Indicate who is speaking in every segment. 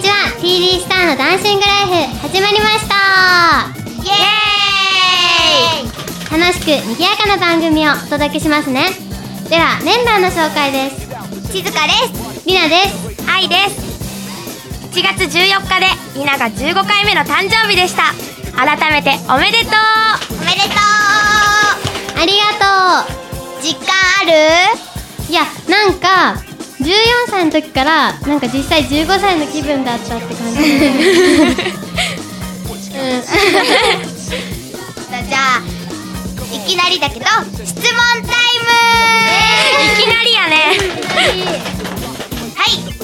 Speaker 1: CD スターのダンシングライフ始まりましたイエーイ楽しく賑やかな番組をお届けしますねではメンバーの紹介です
Speaker 2: 静香です
Speaker 1: りなです
Speaker 2: 愛です7月14日でりなが15回目の誕生日でした改めておめでとうおめでとう
Speaker 1: ありがと
Speaker 2: 実感ある
Speaker 1: ういやなんか14歳の時からなんか実際15歳の気分だったって感 じうん
Speaker 2: じゃあいきなりだけど質問タイムいきなりやねはい一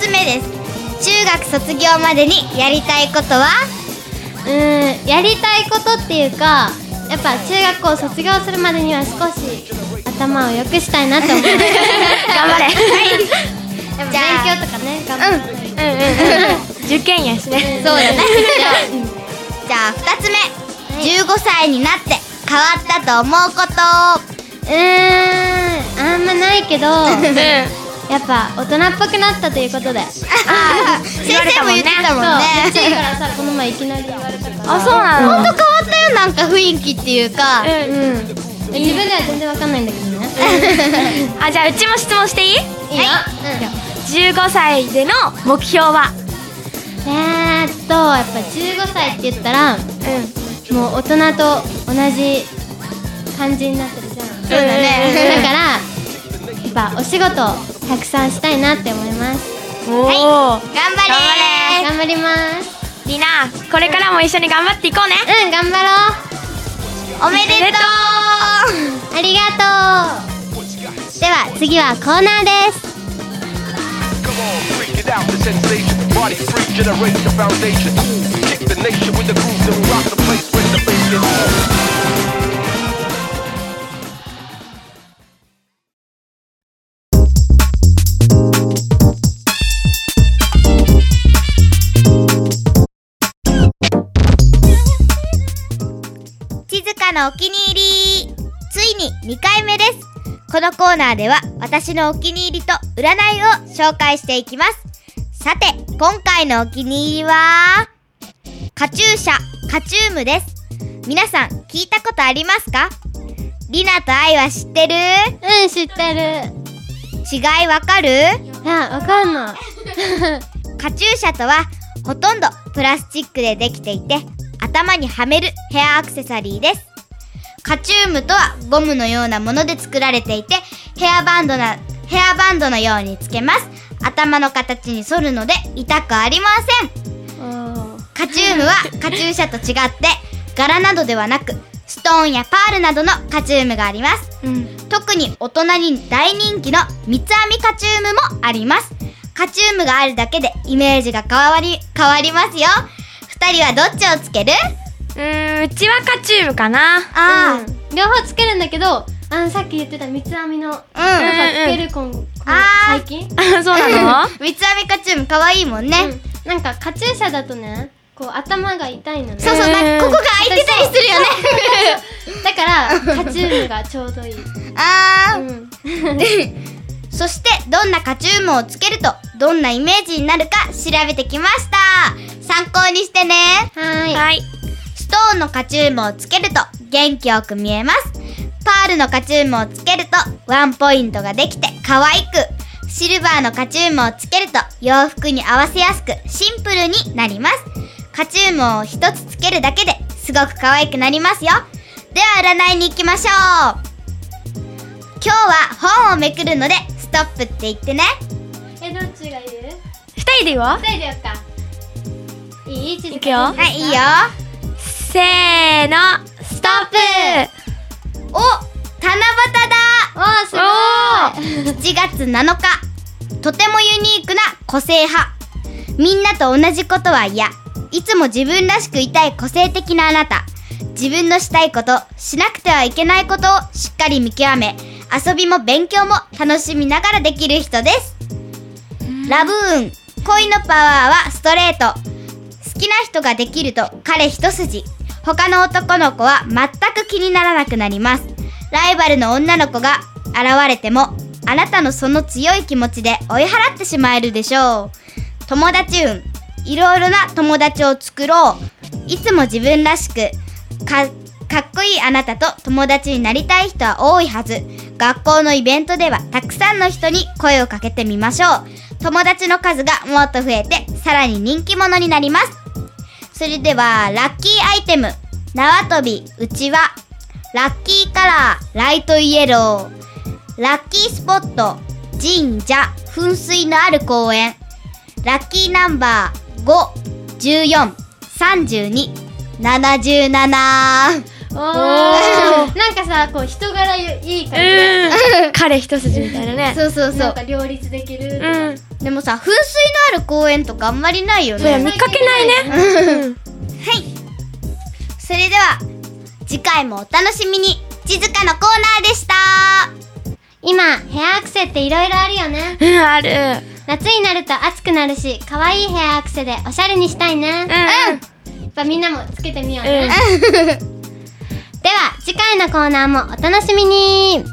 Speaker 2: つ目です中学卒業までにやりたいことは
Speaker 1: うんやりたいことっていうかやっぱ中学校を卒業するまでには少し頭を良くしたいなと 思う
Speaker 2: 頑
Speaker 1: 勉
Speaker 2: 張れじゃあ
Speaker 1: 強とかね頑張って、
Speaker 2: うんうんうん受験やしねそうだねじゃあ二つ目15歳になって変わったと思うこと
Speaker 1: うーんあんまないけどやっぱ大人っぽくなったということで
Speaker 2: 先生も言ってたもん
Speaker 1: そう1位
Speaker 2: ね
Speaker 1: からさこの前いきなり言われたから
Speaker 2: あそうなの本当変わったよなんか雰囲気っていうか
Speaker 1: うん自分では全然わかんないんだけどね
Speaker 3: あじゃあうちも質問していい
Speaker 1: いいよ、
Speaker 3: 15歳での目標は
Speaker 1: えーっとやっぱ15歳って言ったらもう大人と同じ感じになってるじゃんそう
Speaker 2: だね
Speaker 1: だからやっぱお仕事をたくさんしたいなって思います
Speaker 3: おお、
Speaker 2: 頑張れ
Speaker 1: 頑張ります
Speaker 3: りなこれからも一緒に頑張っていこうね
Speaker 1: うん頑張ろ
Speaker 2: おめでとう
Speaker 1: うありがとうでは次はコーナーです
Speaker 4: Come on, freak it out, the sensation. Body freak, generate your foundation. Kick the nation with the groove that rock the place with the bacon.
Speaker 2: 静香のお気に入りついに2回目ですこのコーナーでは私のお気に入りと占いを紹介していきますさて今回のお気に入りはカチューシャカチュームです皆さん聞いたことありますかリナとアイは知ってる
Speaker 1: うん知ってる
Speaker 2: 違いわかる
Speaker 1: いやわかんない
Speaker 2: カチューシャとはほとんどプラスチックでできていて頭にはめるヘアアクセサリーですカチュームとはゴムのようなもので作られていてヘアバンドなヘアバンドのようにつけます頭の形に反るので痛くありませんカチュームはカチューシャと違って柄などではなくストーンやパールなどのカチュームがあります、特に大人に大人気の三つ編みカチュームもありますカチュームがあるだけでイメージが変わり変わりますよ二人はどっちをつける
Speaker 3: うーんうちはカチュームかな
Speaker 2: あ
Speaker 1: うん両方つけるんだけどあのさっき言ってた三つ編みの
Speaker 2: あうん、
Speaker 1: なんかつけるこん、こん
Speaker 2: あー
Speaker 1: 最近、
Speaker 3: あ そうなの
Speaker 2: 三つ編みカチューム可愛いもんね、
Speaker 1: うんなんかカチューシャだとねこう頭が痛いのね
Speaker 2: そうそう、なんかここが開いてたりするよね
Speaker 1: だからカチュームがちょうどいい、う
Speaker 2: あー
Speaker 1: ん、
Speaker 2: そしてどんなカチュームをつけるとどんなイメージになるか調べてきました参考にしてね
Speaker 1: はい
Speaker 3: はい
Speaker 2: ストーンのカチュームをつけると元気よく見えますパールのカチュームをつけるとワンポイントができて可愛くシルバーのカチュームをつけると洋服に合わせやすくシンプルになりますカチュームを一つつけるだけですごく可愛くなりますよでは占いに行きましょう今日は本をめくるのでストップって言ってね
Speaker 1: えどっちがいる
Speaker 3: 二人でいいわ
Speaker 1: 二人でやっかいいい
Speaker 3: いくよ
Speaker 2: はいいいよ
Speaker 3: せーのストップ
Speaker 2: お七夕だ
Speaker 1: おーすごい
Speaker 2: 7月7日とてもユニークな個性派みんなと同じことは嫌いつも自分らしくいたい個性的なあなた自分のしたいことしなくてはいけないことをしっかり見極め遊びも勉強も楽しみながらできる人ですラブーン恋のパワーはストレート好きな人ができると彼一筋他の男の子は全く気にならなくなりますライバルの女の子が現れてもあなたのその強い気持ちで追い払ってしまえるでしょう友達運いろいろな友達を作ろういつも自分らしくかかっこいいあなたと友達になりたい人は多いはず学校のイベントではたくさんの人に声をかけてみましょう友達の数がもっと増えてさらに人気者になりますそれではラッキーアイテム縄跳びうちわラッキーカラーライトイエローラッキースポット神社噴水のある公園ラッキーナンバー5 14 32 77
Speaker 1: お
Speaker 3: お
Speaker 1: ーなんかさこう人柄いい感じで
Speaker 3: うん彼一筋みたいなね
Speaker 2: そうそうそ
Speaker 1: なん
Speaker 2: う
Speaker 1: か両立できる、
Speaker 3: うん
Speaker 2: でもさ噴水のある公園とかあんまりないよ
Speaker 3: そうや
Speaker 2: ね
Speaker 3: 見かけないねう
Speaker 2: は
Speaker 3: ん
Speaker 2: いそれでは次回もお楽しみに地塚のコーナーでした
Speaker 1: 今ヘアアクセっていろいろあるよね
Speaker 3: うんある
Speaker 1: 夏になると暑くなるし可愛いヘアアクセでおしゃれにしたいね、
Speaker 3: うん
Speaker 1: やっぱみんなもつけてみよう
Speaker 3: う
Speaker 1: ね、
Speaker 3: ん
Speaker 1: では次回のコーナーもお楽しみに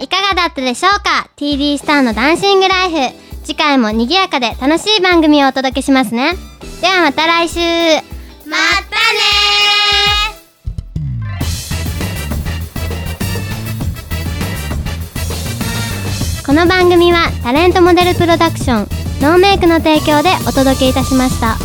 Speaker 1: いかがだったでしょうか TD スターのダンシングライフ次回も賑やかで楽しい番組をお届けしますねではまた来週
Speaker 2: またねー
Speaker 1: この番組はタレントモデルプロダクションノーメイクの提供でお届けいたしました